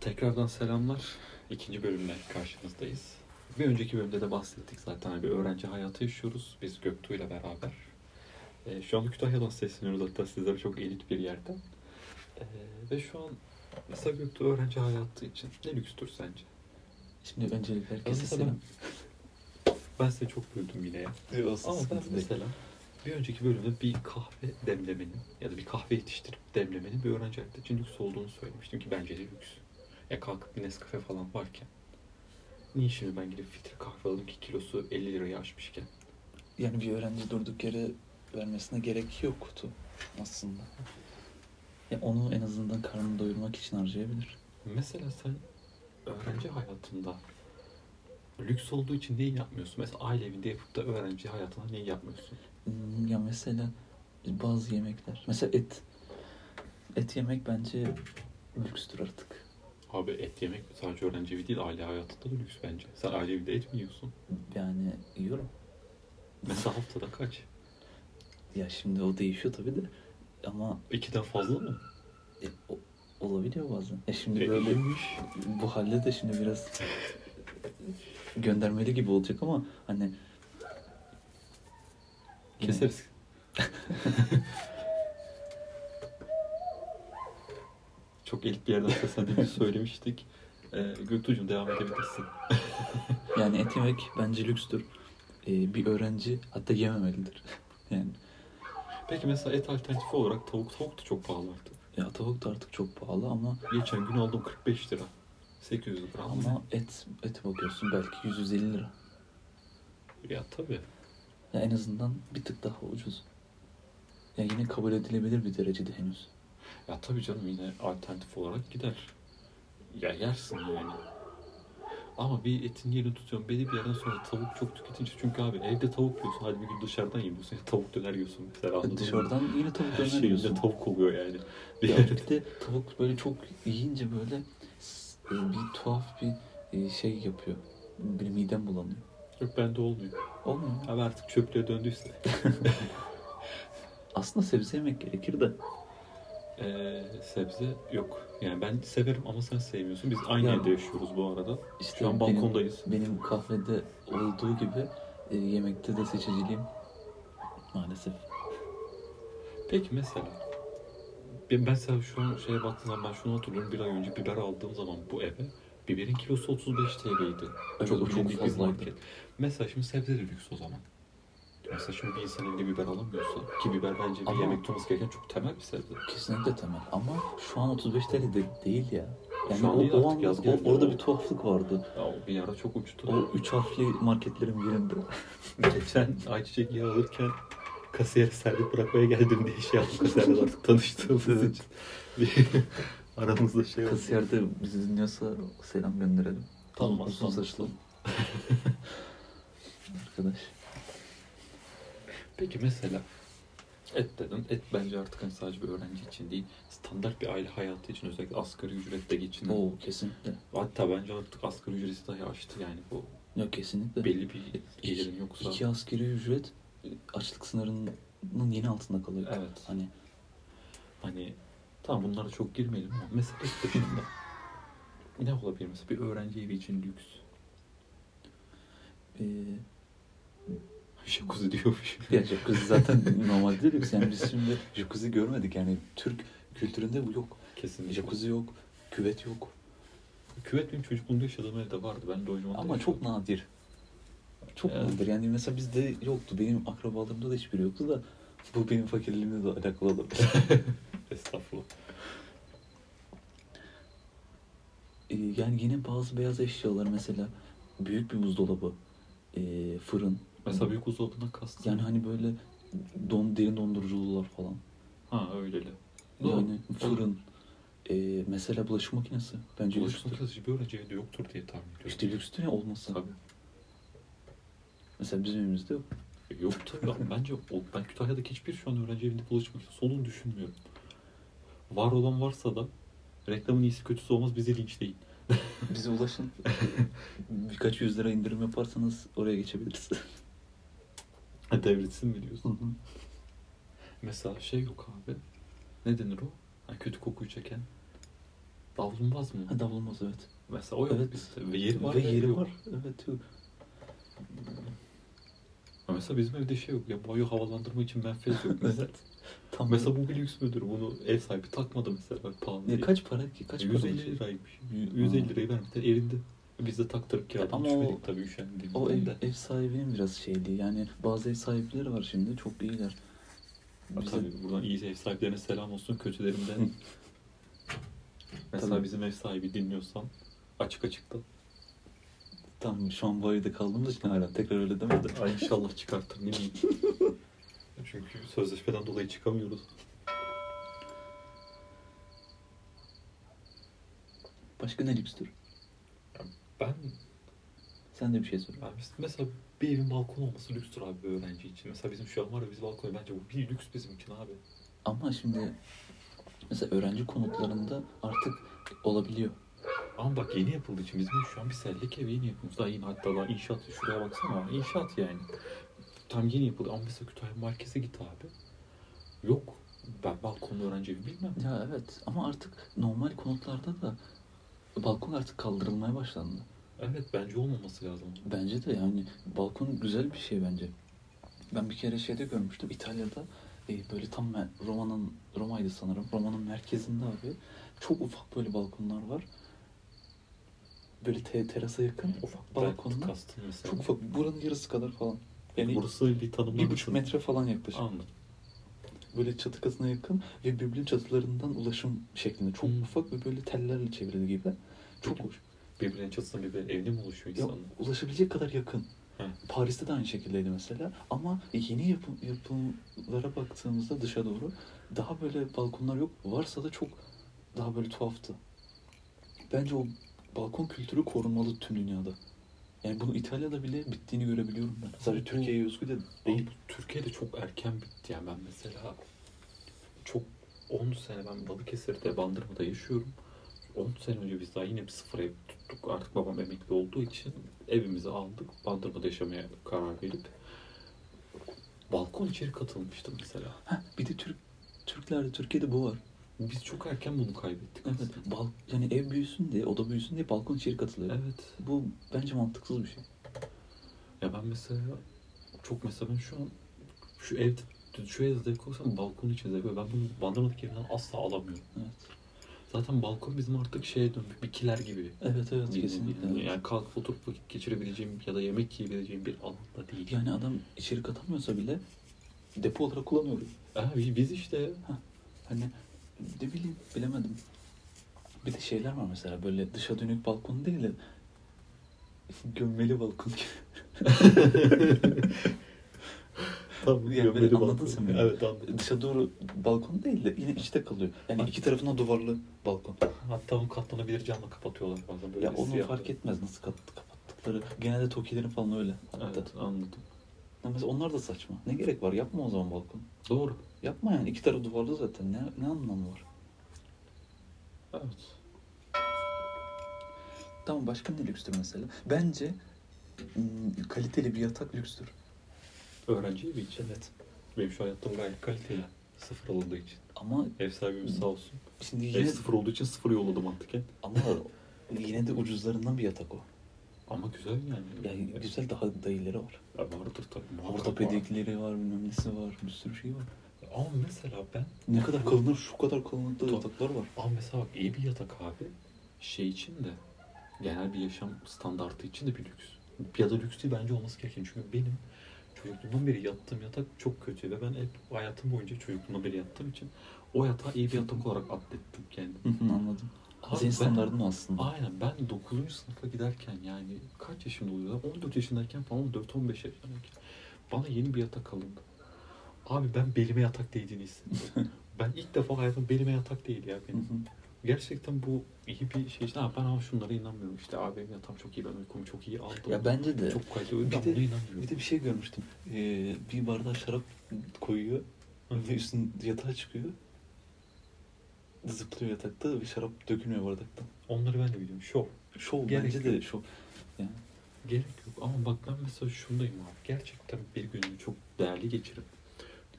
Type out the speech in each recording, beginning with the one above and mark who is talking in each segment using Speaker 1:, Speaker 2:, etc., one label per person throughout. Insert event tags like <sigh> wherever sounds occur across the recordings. Speaker 1: Tekrardan selamlar. İkinci bölümle karşınızdayız. Bir önceki bölümde de bahsettik zaten Hani bir öğrenci hayatı yaşıyoruz. Biz Göktuğ ile beraber. Ee, şu an Kütahya'dan sesleniyoruz hatta sizlere çok elit bir yerden. Ee, ve şu an mesela Göktuğ öğrenci hayatı için ne lükstür sence?
Speaker 2: Şimdi öncelikle herkese
Speaker 1: Mesela ben,
Speaker 2: selam.
Speaker 1: ben size çok güldüm yine ya. Ama ben mesela bir önceki bölümde bir kahve demlemenin ya da bir kahve yetiştirip demlemenin bir öğrenci hayatı için lüks olduğunu söylemiştim ki bence de lüks. Ya kalkıp bir Nescafe falan varken niye şimdi ben gidip filtre kahve alayım ki kilosu 50 lirayı aşmışken?
Speaker 2: Yani bir öğrenci durduk yere vermesine gerek yoktu aslında. Ya onu en azından karnını doyurmak için harcayabilir.
Speaker 1: Mesela sen öğrenci hayatında lüks olduğu için neyi yapmıyorsun? Mesela aile evinde yapıp da öğrenci hayatında neyi yapmıyorsun?
Speaker 2: Hmm, Ya mesela bazı yemekler. Mesela et. Et yemek bence lükstür artık.
Speaker 1: Abi et yemek sadece öğrenci evi değil aile hayatında da lüks bence. Sen aile evinde et mi yiyorsun?
Speaker 2: Yani yiyorum.
Speaker 1: Mesela haftada kaç?
Speaker 2: Ya şimdi o değişiyor tabii de. Ama
Speaker 1: İkiden fazla mı?
Speaker 2: e, o- olabiliyor bazen. Ya şimdi
Speaker 1: E,
Speaker 2: böyle
Speaker 1: iyiymiş.
Speaker 2: Bu halde de şimdi biraz göndermeli gibi olacak ama hani
Speaker 1: Keseriz. <laughs> Çok elit bir yerden seslendiğimizi söylemiştik. Ee, Göktuğ'cum devam edebilirsin.
Speaker 2: Yani et yemek bence lükstür. Ee, bir öğrenci hatta yememelidir. <laughs> yani
Speaker 1: Peki mesela et alternatifi olarak tavuk tavuk da çok pahalı artık.
Speaker 2: ya tavuk da artık çok pahalı ama
Speaker 1: Geçen gün aldım 45 lira. 800 gram
Speaker 2: ama et ete bakıyorsun belki 150 lira.
Speaker 1: Ya tabii.
Speaker 2: Ya en azından bir tık daha ucuz. Ya yine kabul edilebilir bir derecede henüz.
Speaker 1: Ya tabii canım yine alternatif olarak gider. Ya yersin yani. Ama bir etin yerini tutuyorsun. Belli bir yerden sonra tavuk çok tüketince. Çünkü abi evde tavuk yiyorsun. Hadi bir gün dışarıdan yiyorsun. Tavuk döner yiyorsun mesela. anladın mı?
Speaker 2: Dışarıdan yine tavuk
Speaker 1: Her
Speaker 2: döner
Speaker 1: şey
Speaker 2: yiyorsun.
Speaker 1: yüzde tavuk oluyor yani. Bir
Speaker 2: Ya
Speaker 1: yerde <laughs>
Speaker 2: bir de tavuk böyle çok yiyince böyle s- e, bir tuhaf bir e, şey yapıyor. Bir midem bulanıyor.
Speaker 1: yok bende olmuyor.
Speaker 2: Olmuyor. mu?
Speaker 1: Abi artık çöplüğe döndüyse.
Speaker 2: Aslında sebze yemek gerekir de.
Speaker 1: Ee, sebze yok. Yani ben severim ama sen sevmiyorsun. Biz aynı
Speaker 2: Ya-
Speaker 1: evde yaşıyoruz bu arada.
Speaker 2: İşte
Speaker 1: Şu an
Speaker 2: benim-
Speaker 1: balkondayız.
Speaker 2: Benim kahvede olduğu gibi e, yemekte de seçiciliğim maalesef.
Speaker 1: Peki mesela ben, ben sen şu an şeye baktığım zaman ben şunu hatırlıyorum. Bir ay önce biber aldığım zaman bu eve biberin kilosu 35 TL'ydi.
Speaker 2: Evet, o çok
Speaker 1: bilindik bir
Speaker 2: fazlaydı.
Speaker 1: market. Mesela şimdi sebze de lüks o zaman. Mesela şimdi bir insan elinde biber alamıyorsa ki biber bence bir
Speaker 2: Ama-
Speaker 1: yemekte olması gereken çok temel bir sebze.
Speaker 2: Kesinlikle temel ama şu an 35 TL de değil ya. Yani
Speaker 1: Şu an
Speaker 2: o,
Speaker 1: değil
Speaker 2: o
Speaker 1: artık, yaz
Speaker 2: an-
Speaker 1: geldi.
Speaker 2: o- orada bir tuhaflık vardı.
Speaker 1: Ya o bir ara çok uçtu.
Speaker 2: O üç harfli marketlerin birinde.
Speaker 1: <laughs> Geçen ayçiçek yağı alırken kasiyere servis bırakmaya geldim diye şey yaptım. Kasiyerle artık tanıştığımız için. Bir <laughs> aramızda şey oldu.
Speaker 2: Kasiyer de bizi dinliyorsa selam gönderelim.
Speaker 1: Tamam,
Speaker 2: Uzun
Speaker 1: tamam.
Speaker 2: <laughs> saçlı. Arkadaş.
Speaker 1: Peki mesela et dedin. Et bence artık hani sadece bir öğrenci için değil. Standart bir aile hayatı için özellikle asgari ücretle geçinen.
Speaker 2: Oo kesinlikle.
Speaker 1: Hatta bence artık asgari ücreti dahi aştı yani bu.
Speaker 2: Yok kesinlikle.
Speaker 1: Belli bir gelirin yoksa.
Speaker 2: İki askeri ücret e, açlık sınırının yine altında kalıyor.
Speaker 1: Evet.
Speaker 2: Hani
Speaker 1: Hani tamam bunlara çok girmeyelim ama mesela et dışında <laughs> ne olabilir mesela bir öğrenci evi için lüks. <laughs>
Speaker 2: e,
Speaker 1: Jacuzzi diyormuş.
Speaker 2: ya jacuzzi zaten <laughs> normalde yok. Yani biz şimdi jacuzzi görmedik. Yani Türk kültüründe bu yok.
Speaker 1: Kesinlikle.
Speaker 2: Jacuzzi yok. Küvet yok.
Speaker 1: Küvet benim çocukluğumda yaşadığım evde vardı. Ben de o zaman
Speaker 2: Ama çok nadir. Çok
Speaker 1: Evet.
Speaker 2: nadir. Yani mesela bizde yoktu. Benim akrabalarımda da hiçbiri yoktu da bu benim fakirliğimle de alakalı olabilir.
Speaker 1: Estağfurullah.
Speaker 2: Ee, yani yine bazı beyaz eşyalar mesela büyük bir buzdolabı, ee, fırın.
Speaker 1: Mesela büyük buzdolabından kastım.
Speaker 2: Yani hani böyle don derin dondurucular falan.
Speaker 1: Ha öyleli.
Speaker 2: Yani fırın. ee, mesela bulaşık makinesi. Bence
Speaker 1: Bulaşık
Speaker 2: lükstür.
Speaker 1: makinesi bir öğrenci evde yoktur diye tahmin ediyorum.
Speaker 2: İşte lükstür ya olması.
Speaker 1: Tabii.
Speaker 2: Mesela bizim evimizde yok.
Speaker 1: E, Yok tabii abi. Bence o, ben Kütahya'daki hiçbir şu an öğrenci evinde bulaşık makinesi olduğunu düşünmüyorum. Var olan varsa da reklamın iyisi kötüsü olmaz bizi linçleyin.
Speaker 2: Bize ulaşın. Birkaç yüz lira indirim yaparsanız oraya geçebiliriz.
Speaker 1: Ha, Devretsin mi
Speaker 2: Hı
Speaker 1: diyorsun?
Speaker 2: hı.
Speaker 1: Mesela şey yok abi. Ne denir o? Ha, kötü kokuyu çeken. Davlumbaz mı?
Speaker 2: Ha, davulmaz evet.
Speaker 1: Mesela o yok
Speaker 2: Evet.
Speaker 1: bizde. Ve yeri var.
Speaker 2: Ve yeri
Speaker 1: yok.
Speaker 2: var. Evet yok.
Speaker 1: Ha, Mesela bizim evde şey yok. Ya boyu havalandırma için menfez
Speaker 2: <laughs>
Speaker 1: yok mesela.
Speaker 2: Evet. Tam
Speaker 1: mesela bu bir lüks müdür. Bunu ev sahibi takmadı mesela. Bak pahalı
Speaker 2: Ya
Speaker 1: diye.
Speaker 2: kaç para ki? Kaç para?
Speaker 1: 150 liraymış. 150
Speaker 2: Ha.
Speaker 1: lirayı vermişler elinde. Biz de taktırıp kiradan
Speaker 2: Hmm. Ama o-
Speaker 1: düşmedik tabii üşendiğimizden
Speaker 2: O ev,
Speaker 1: de.
Speaker 2: ev sahibinin biraz şeyliği. Yani bazı ev sahipleri var şimdi çok iyiler.
Speaker 1: Ha,
Speaker 2: Bize-
Speaker 1: Tabii buradan iyi ev sahiplerine selam olsun kötülerinden. Mesela
Speaker 2: Tabii.
Speaker 1: bizim ev sahibi dinliyorsan açık açıkta.
Speaker 2: Tam şu an bu evde kaldığımız için hala tekrar öyle demedim.
Speaker 1: Ay inşallah çıkartır ne
Speaker 2: <laughs>
Speaker 1: bileyim. Çünkü sözleşmeden dolayı çıkamıyoruz.
Speaker 2: Başka ne lükstür?
Speaker 1: Ben,
Speaker 2: Sen de bir şey söyle.
Speaker 1: ben mes- mesela bir evin balkonu olması lükstür abi bir öğrenci için. Mesela bizim şu an var ya biz balkonu bence bu bir lüks bizim için abi.
Speaker 2: Ama şimdi mesela öğrenci konutlarında artık olabiliyor.
Speaker 1: Ama bak yeni yapıldığı için bizim şu an bir sellek ev yeni yapılmış. Daha yeni hatta daha inşaat şuraya baksana inşaat yani. Tam yeni yapıldı ama mesela Kütahya merkeze git abi. Yok ben balkonlu öğrenci evi bilmem.
Speaker 2: Ya evet ama artık normal konutlarda da balkon artık kaldırılmaya başlandı.
Speaker 1: Evet bence olmaması lazım.
Speaker 2: Bence de yani balkon güzel bir şey bence. Ben bir kere şeyde görmüştüm İtalya'da e, böyle tam mer- Roma'nın Roma'ydı sanırım. Roma'nın merkezinde abi çok ufak böyle balkonlar var. Böyle te- terasa yakın ufak
Speaker 1: balkonlu.
Speaker 2: balkonlar.
Speaker 1: Kastım mesela.
Speaker 2: Çok ufak buranın yarısı kadar falan. Yani
Speaker 1: Burası bir tanımlı.
Speaker 2: bir buçuk metre falan yaklaşık.
Speaker 1: Anladım.
Speaker 2: Böyle çatı katına yakın ve birbirinin çatılarından ulaşım şeklinde. Çok
Speaker 1: Hmm.
Speaker 2: ufak ve böyle tellerle çevrili gibi. Çok
Speaker 1: Peki.
Speaker 2: hoş.
Speaker 1: Birbirinin çatısına birbirine evli mi oluşuyor
Speaker 2: Ya,
Speaker 1: insanlar?
Speaker 2: ulaşabilecek kadar yakın.
Speaker 1: Hı.
Speaker 2: Paris'te de aynı şekildeydi mesela. Ama yeni yapım, yapımlara baktığımızda dışa doğru daha böyle balkonlar yok. Varsa da çok daha böyle tuhaftı. Bence o balkon kültürü korunmalı tüm dünyada. Yani bunu İtalya'da bile bittiğini görebiliyorum ben. Sadece
Speaker 1: Bu-
Speaker 2: Türkiye'ye özgü de
Speaker 1: Değil.
Speaker 2: değil.
Speaker 1: Bu Türkiye'de çok erken bitti. Yani ben mesela çok 10 sene ben Balıkesir'de Bandırma'da yaşıyorum. 10 sene önce biz daha yine bir sıfır ev tuttuk. Artık babam emekli olduğu için evimizi aldık. Bandırma'da yaşamaya karar verip balkon içeri katılmıştım mesela.
Speaker 2: Heh, bir de Türk Türklerde Türkiye'de bu var.
Speaker 1: Biz çok erken bunu kaybettik
Speaker 2: Evet,
Speaker 1: aslında.
Speaker 2: bal, yani ev büyüsün diye, oda büyüsün diye balkon içeri katılıyor.
Speaker 1: Evet.
Speaker 2: Bu bence mantıksız bir şey.
Speaker 1: Ya ben mesela çok mesela ben şu an şu evde şu evde zevk olsam balkon için zevk alıyorum. Ben bunu Bandırma'daki evden asla alamıyorum.
Speaker 2: Evet.
Speaker 1: Zaten balkon bizim artık şeye dönmüş, bikiler gibi.
Speaker 2: Evet evet
Speaker 1: Yine-
Speaker 2: kesinlikle.
Speaker 1: yine
Speaker 2: evet.
Speaker 1: Yani kalkıp oturup vakit geçirebileceğim ya da yemek yiyebileceğim bir alanda değil.
Speaker 2: Yani adam içeri katamıyorsa bile depo olarak kullanıyorum.
Speaker 1: Abi biz işte
Speaker 2: Hani ne bileyim bilemedim. Bir de şeyler var mesela böyle dışa dönük balkon değil de gömmeli balkon <laughs> gibi.
Speaker 1: tam
Speaker 2: Yani
Speaker 1: gömeli
Speaker 2: beni
Speaker 1: balkon.
Speaker 2: anladın sen beni.
Speaker 1: Evet anladım.
Speaker 2: Dışa doğru balkon değil de yine içte kalıyor. Yani
Speaker 1: Ha.
Speaker 2: iki tarafına duvarlı balkon.
Speaker 1: Hatta onu katlanabilir camla kapatıyorlar bazen böyle.
Speaker 2: Ya onu
Speaker 1: siyah-
Speaker 2: fark etmez nasıl kat- kapattıkları. Genelde tokilerin falan öyle. Hatta.
Speaker 1: Evet anladım.
Speaker 2: Ya Mesela onlar da saçma. Ne gerek var? Yapma o zaman balkon.
Speaker 1: Doğru.
Speaker 2: Yapma yani. iki taraf duvarlı zaten. Ne, ne anlamı var?
Speaker 1: Evet.
Speaker 2: Tamam başka ne lükstür mesela? Bence mm, kaliteli bir yatak lükstür.
Speaker 1: Öğrenci evi için.
Speaker 2: Evet.
Speaker 1: Benim şu hayatım gayet kaliteli. Sıfır alındığı için.
Speaker 2: Ama
Speaker 1: Ev sahibimiz sağ olsun.
Speaker 2: şimdi
Speaker 1: Ev
Speaker 2: Hmm. yine
Speaker 1: sıfır olduğu için sıfır yolladım mantıken.
Speaker 2: ama yine de ucuzlarından bir yatak o.
Speaker 1: Ama güzel yani.
Speaker 2: Yani güzel daha dayıları var.
Speaker 1: Ya vardır tabii. muhakkak
Speaker 2: Ortopedikleri var, bilmem nesi var, bir sürü şey var.
Speaker 1: var. Ama mesela ben
Speaker 2: Ne kadar kalınır, şu kadar kalınlıkta
Speaker 1: Tabii.
Speaker 2: yataklar var.
Speaker 1: Ama mesela bak iyi bir yatak abi şey için de genel bir yaşam standartı için de bir lüks. Ya da lüks değil bence olması gereken. Çünkü benim çocukluğumdan beri yattığım yatak çok kötü ve ben hep hayatım boyunca çocukluğumdan beri yattığım için o yatağı iyi bir yatak olarak atlettim kendimi.
Speaker 2: Hı hı, Anladım.
Speaker 1: Abi
Speaker 2: Senin
Speaker 1: ben-
Speaker 2: standardın o aslında.
Speaker 1: Aynen ben 9. sınıfa giderken yani kaç yaşımda oluyor? 14 yaşındayken falan 4-15 yaşındayken bana yeni bir yatak alındı. Abi ben belime yatak değdiğini hissettim. ben ilk defa hayatım belime yatak değdi ya
Speaker 2: Hı
Speaker 1: benim.
Speaker 2: hı.
Speaker 1: Gerçekten bu iyi bir şey. Ha, ben ama şunlara inanmıyorum. İşte abi benim yatağım çok iyi, ben uykumu çok iyi aldım.
Speaker 2: Ya bence de.
Speaker 1: Çok kaliteli
Speaker 2: Bir
Speaker 1: uyudum. Ben
Speaker 2: de-
Speaker 1: buna inanmıyorum.
Speaker 2: Bir de bir şey görmüştüm. Ee, bir bardağa şarap koyuyor
Speaker 1: Hı.
Speaker 2: ve üstün yatağa çıkıyor. Zıplıyor yatakta ve şarap dökülmüyor bardaktan.
Speaker 1: Onları ben de biliyorum. Şov.
Speaker 2: Şov
Speaker 1: Gerek
Speaker 2: bence de
Speaker 1: yok.
Speaker 2: şov.
Speaker 1: Gerek yok. Ama bak ben mesela şundayım abi. Gerçekten bir günümü çok değerli geçirip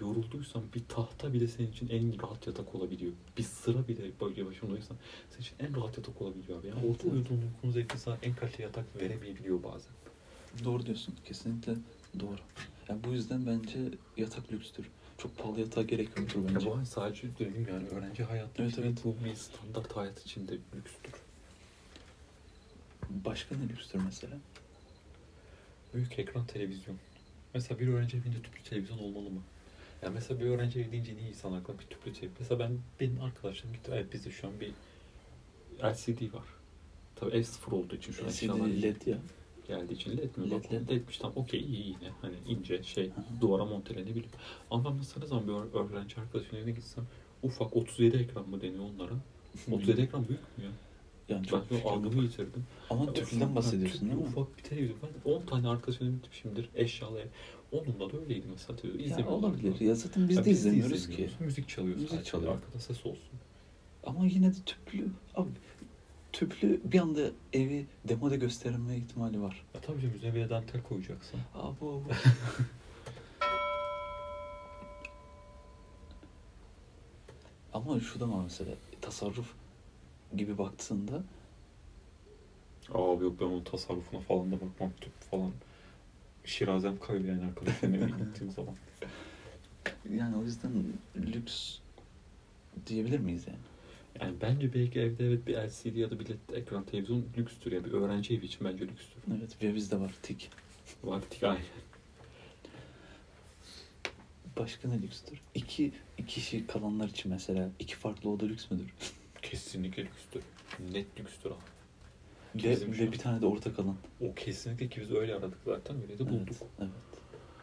Speaker 1: yorulduysan bir tahta bile senin için en rahat yatak olabiliyor. Bir sıra bile böyle başındaysan senin için en rahat yatak olabiliyor abi. Yani
Speaker 2: Evet,
Speaker 1: orta
Speaker 2: evet.
Speaker 1: uyuduğun uykun zevkli sana en kaliteli yatak veremeyebiliyor bazen.
Speaker 2: Doğru diyorsun. Kesinlikle doğru. Yani bu yüzden bence yatak lükstür. Çok pahalı yatağa gerek yoktur
Speaker 1: Ya
Speaker 2: bence.
Speaker 1: bu sadece dedim yani öğrenci hayatı
Speaker 2: Evet,
Speaker 1: için
Speaker 2: evet.
Speaker 1: bu bir standart hayat içinde lükstür.
Speaker 2: Başka ne lükstür mesela?
Speaker 1: Büyük ekran televizyon. Mesela bir öğrenci evinde tüplü televizyon olmalı mı? Ya mesela bir öğrenci evi deyince niye insan aklına bir tüplü televizyon? Mesela ben benim arkadaşlarım gitti. Evet bizde şu an bir LCD var. Tabii ev sıfır olduğu için şu an eşyalar
Speaker 2: LCD LED
Speaker 1: <laughs>
Speaker 2: E ya.
Speaker 1: geldiği için led mi?
Speaker 2: LED,
Speaker 1: Bak
Speaker 2: LED.
Speaker 1: led etmiş tam okey iyi yine. Hani ince şey
Speaker 2: Aha.
Speaker 1: duvara montelenebiliyor. Ama ben mesela ne zaman bir öğ- öğrenci arkadaşımın evine gitsem ufak 37 ekran mı deniyor onlara? 37 ekran büyük mü ya?
Speaker 2: Yani çok
Speaker 1: ben
Speaker 2: fikrim
Speaker 1: bu algımı
Speaker 2: yok.
Speaker 1: yitirdim.
Speaker 2: Ama tüplüden bahsediyorsun
Speaker 1: Tüplü
Speaker 2: değil mi?
Speaker 1: Ufak bir televizyon. Ben 10 tane arkadaşımla bitmişimdir eşyalı ev. Onunla da öyleydi mesela televizyon.
Speaker 2: Ya
Speaker 1: İzlemiyorlar.
Speaker 2: olabilir. Ya zaten biz
Speaker 1: Ya
Speaker 2: de izlemiyoruz ki.
Speaker 1: izlemiyoruz. Müzik çalıyor
Speaker 2: Müzik
Speaker 1: sadece.
Speaker 2: çalıyor.
Speaker 1: Arkada ses olsun.
Speaker 2: Ama yine de tüplü. Abi tüplü bir anda evi demoda gösterme ihtimali var.
Speaker 1: Ya tabii canım üzerine bir de dantel koyacaksın.
Speaker 2: Abi bu. <laughs> Ama şu da var mesela tasarruf gibi baktığında
Speaker 1: Abi yok ben onun tasarrufuna falan da bakmam. Tüp falan. Şirazem kayıyor yani arkadaşlarım <laughs> evine gittiğim zaman.
Speaker 2: yani o yüzden lüks diyebilir miyiz yani?
Speaker 1: Yani bence belki evde evet bir LCD ya da bir LED ekran televizyon lükstür. Yani bir öğrenci evi için bence lükstür.
Speaker 2: Evet ve bizde var tik.
Speaker 1: Vakti aynen.
Speaker 2: Başka ne lükstür? İki, iki kişi kalanlar için mesela iki farklı oda lüks müdür?
Speaker 1: Kesinlikle lükstür. Net lükstür abi. Bizim
Speaker 2: Ve,
Speaker 1: şu
Speaker 2: ve
Speaker 1: an.
Speaker 2: bir tane de orta kalan.
Speaker 1: O kesinlikle ki biz öyle aradık zaten. Öyle de bulduk.
Speaker 2: Evet, evet.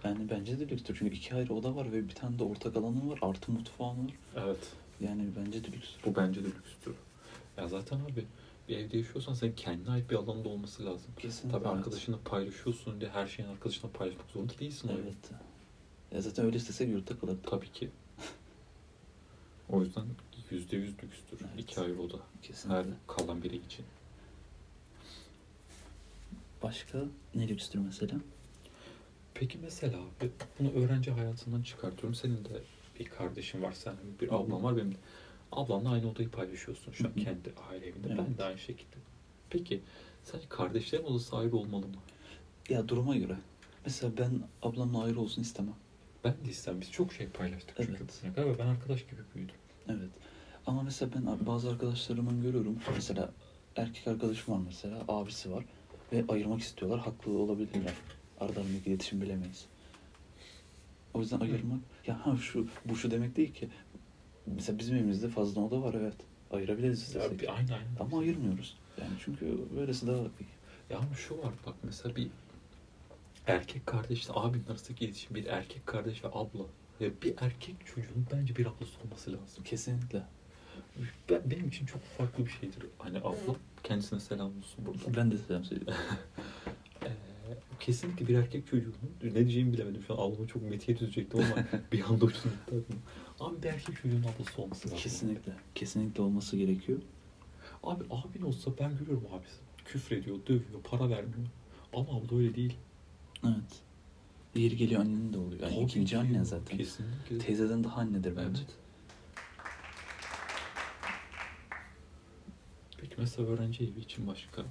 Speaker 2: Yani bence de lükstür. Çünkü iki ayrı oda var ve bir tane de ortak alanı var. Artı mutfağın var.
Speaker 1: Evet.
Speaker 2: Yani bence de lüks.
Speaker 1: Bu bence de lükstür. Ya zaten abi bir evde yaşıyorsan senin kendine ait bir alanda olması lazım.
Speaker 2: Kesinlikle.
Speaker 1: Tabii
Speaker 2: evet.
Speaker 1: arkadaşınla paylaşıyorsun diye her şeyin arkadaşınla paylaşmak zorunda değilsin o evi.
Speaker 2: Evet. Ya zaten öyle istesek yurtta kalırdık.
Speaker 1: Tabii
Speaker 2: <laughs>
Speaker 1: ki. O yüzden yüzde yüz lükstür.
Speaker 2: Evet.
Speaker 1: İki ayrı oda. Her
Speaker 2: Kesinlikle.
Speaker 1: kalan biri için.
Speaker 2: Başka ne lükstür mesela?
Speaker 1: Peki mesela abi bunu öğrenci hayatından çıkartıyorum. Senin de bir kardeşin var, sen bir
Speaker 2: Hı hı.
Speaker 1: ablan var. Benim de ablanla aynı odayı paylaşıyorsun şu an
Speaker 2: Hı hı.
Speaker 1: kendi aile evinde.
Speaker 2: Evet.
Speaker 1: Ben de aynı şekilde. Peki sence kardeşlerin odası sahibi olmalı mı?
Speaker 2: Ya duruma göre. Mesela ben ablamla ayrı olsun istemem.
Speaker 1: Ben de istem. Biz çok şey paylaştık çünkü
Speaker 2: Evet.
Speaker 1: bugüne kadar ve ben arkadaş gibi büyüdüm.
Speaker 2: Evet. Ama mesela ben bazı arkadaşlarımın görüyorum. Mesela erkek arkadaşım var mesela. Abisi var. Ve ayırmak istiyorlar. Haklı olabilirler. Aralarındaki iletişim bilemeyiz. O yüzden ayırmak... Ya ha şu, bu şu demek değil ki. Mesela bizim evimizde fazla oda var evet. Ayırabiliriz
Speaker 1: Ya
Speaker 2: istesek.
Speaker 1: bir, aynı aynı.
Speaker 2: Ama ayırmıyoruz. Yani çünkü böylesi daha iyi.
Speaker 1: Ya ama şu var bak mesela bir erkek kardeşle abinin arasındaki iletişim bir erkek kardeş ve abla. Ya bir erkek çocuğun bence bir ablası olması lazım.
Speaker 2: Kesinlikle.
Speaker 1: Ben, benim için çok farklı bir şeydir. Hani abla kendisine selam olsun buradan.
Speaker 2: Ben de selam söylüyorum.
Speaker 1: Ee, kesinlikle bir erkek çocuğunun ne diyeceğimi bilemedim şu an ağlama çok metiye düzecektim ama
Speaker 2: <laughs>
Speaker 1: bir anda uçtum gitti aklıma. Ama bir erkek çocuğunun ablası olması lazım.
Speaker 2: <laughs> Kesinlikle. Kesinlikle olması gerekiyor.
Speaker 1: Abi abin olsa ben görüyorum abisi. Küfür ediyor, dövüyor, para vermiyor. Ama abla öyle değil.
Speaker 2: Evet. Yeri geliyor annenin de oluyor. Yani
Speaker 1: Abi
Speaker 2: ikinci
Speaker 1: diyor,
Speaker 2: annen zaten.
Speaker 1: Kesinlikle.
Speaker 2: Teyzeden daha annedir bence.
Speaker 1: Evet. Peki mesela öğrenci evi için başka?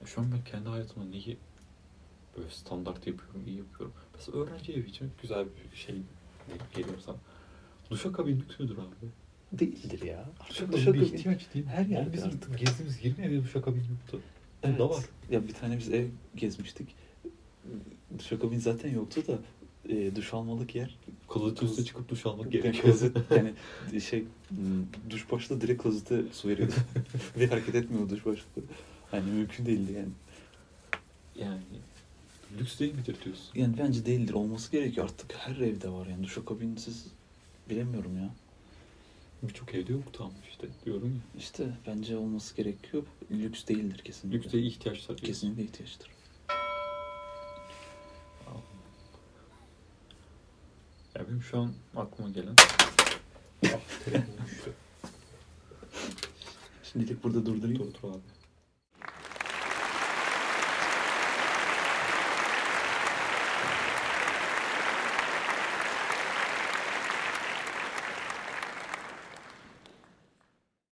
Speaker 1: Ya şu an ben kendi hayatımda neyi böyle standart yapıyorum, iyi yapıyorum. Mesela öğrenci evi için güzel bir şey geliyor sana. Duşakabin lüks müdür abi?
Speaker 2: Değildir ya.
Speaker 1: Duşakabin
Speaker 2: Artık
Speaker 1: bir
Speaker 2: duşakabin.
Speaker 1: ihtiyaç değil.
Speaker 2: her yerde
Speaker 1: Abi Bizim
Speaker 2: artık.
Speaker 1: gezdiğimiz 20 evde duşakabin yoktu.
Speaker 2: Evet.
Speaker 1: Da var.
Speaker 2: Ya bir tane biz ev gezmiştik. Duşakabin zaten yoktu da e, duş almalık yer.
Speaker 1: Kılıcı üstüne çıkıp duş almak gerekiyor.
Speaker 2: <laughs> Klozet
Speaker 1: <laughs>
Speaker 2: yani şey m, duş başta direkt klozete
Speaker 1: <laughs>
Speaker 2: su veriyordu. Ve hareket etmiyordu duş başta. Hani mümkün değildi yani.
Speaker 1: yani lüks değil midir diyorsun?
Speaker 2: Yani bence değildir. Olması gerekiyor. Artık her evde var yani. Duşakabinsiz bilemiyorum ya.
Speaker 1: Birçok evde yoktu ama işte diyorum ya.
Speaker 2: İşte bence olması gerekiyor. Lüks değildir kesinlikle.
Speaker 1: Lükse ihtiyaçlar.
Speaker 2: Kesinlikle ihtiyaçtır.
Speaker 1: Ya benim şu an aklıma gelen... Ah, telefonum düştü.
Speaker 2: Şimdilik burada durdurayım.
Speaker 1: Dur dur abi.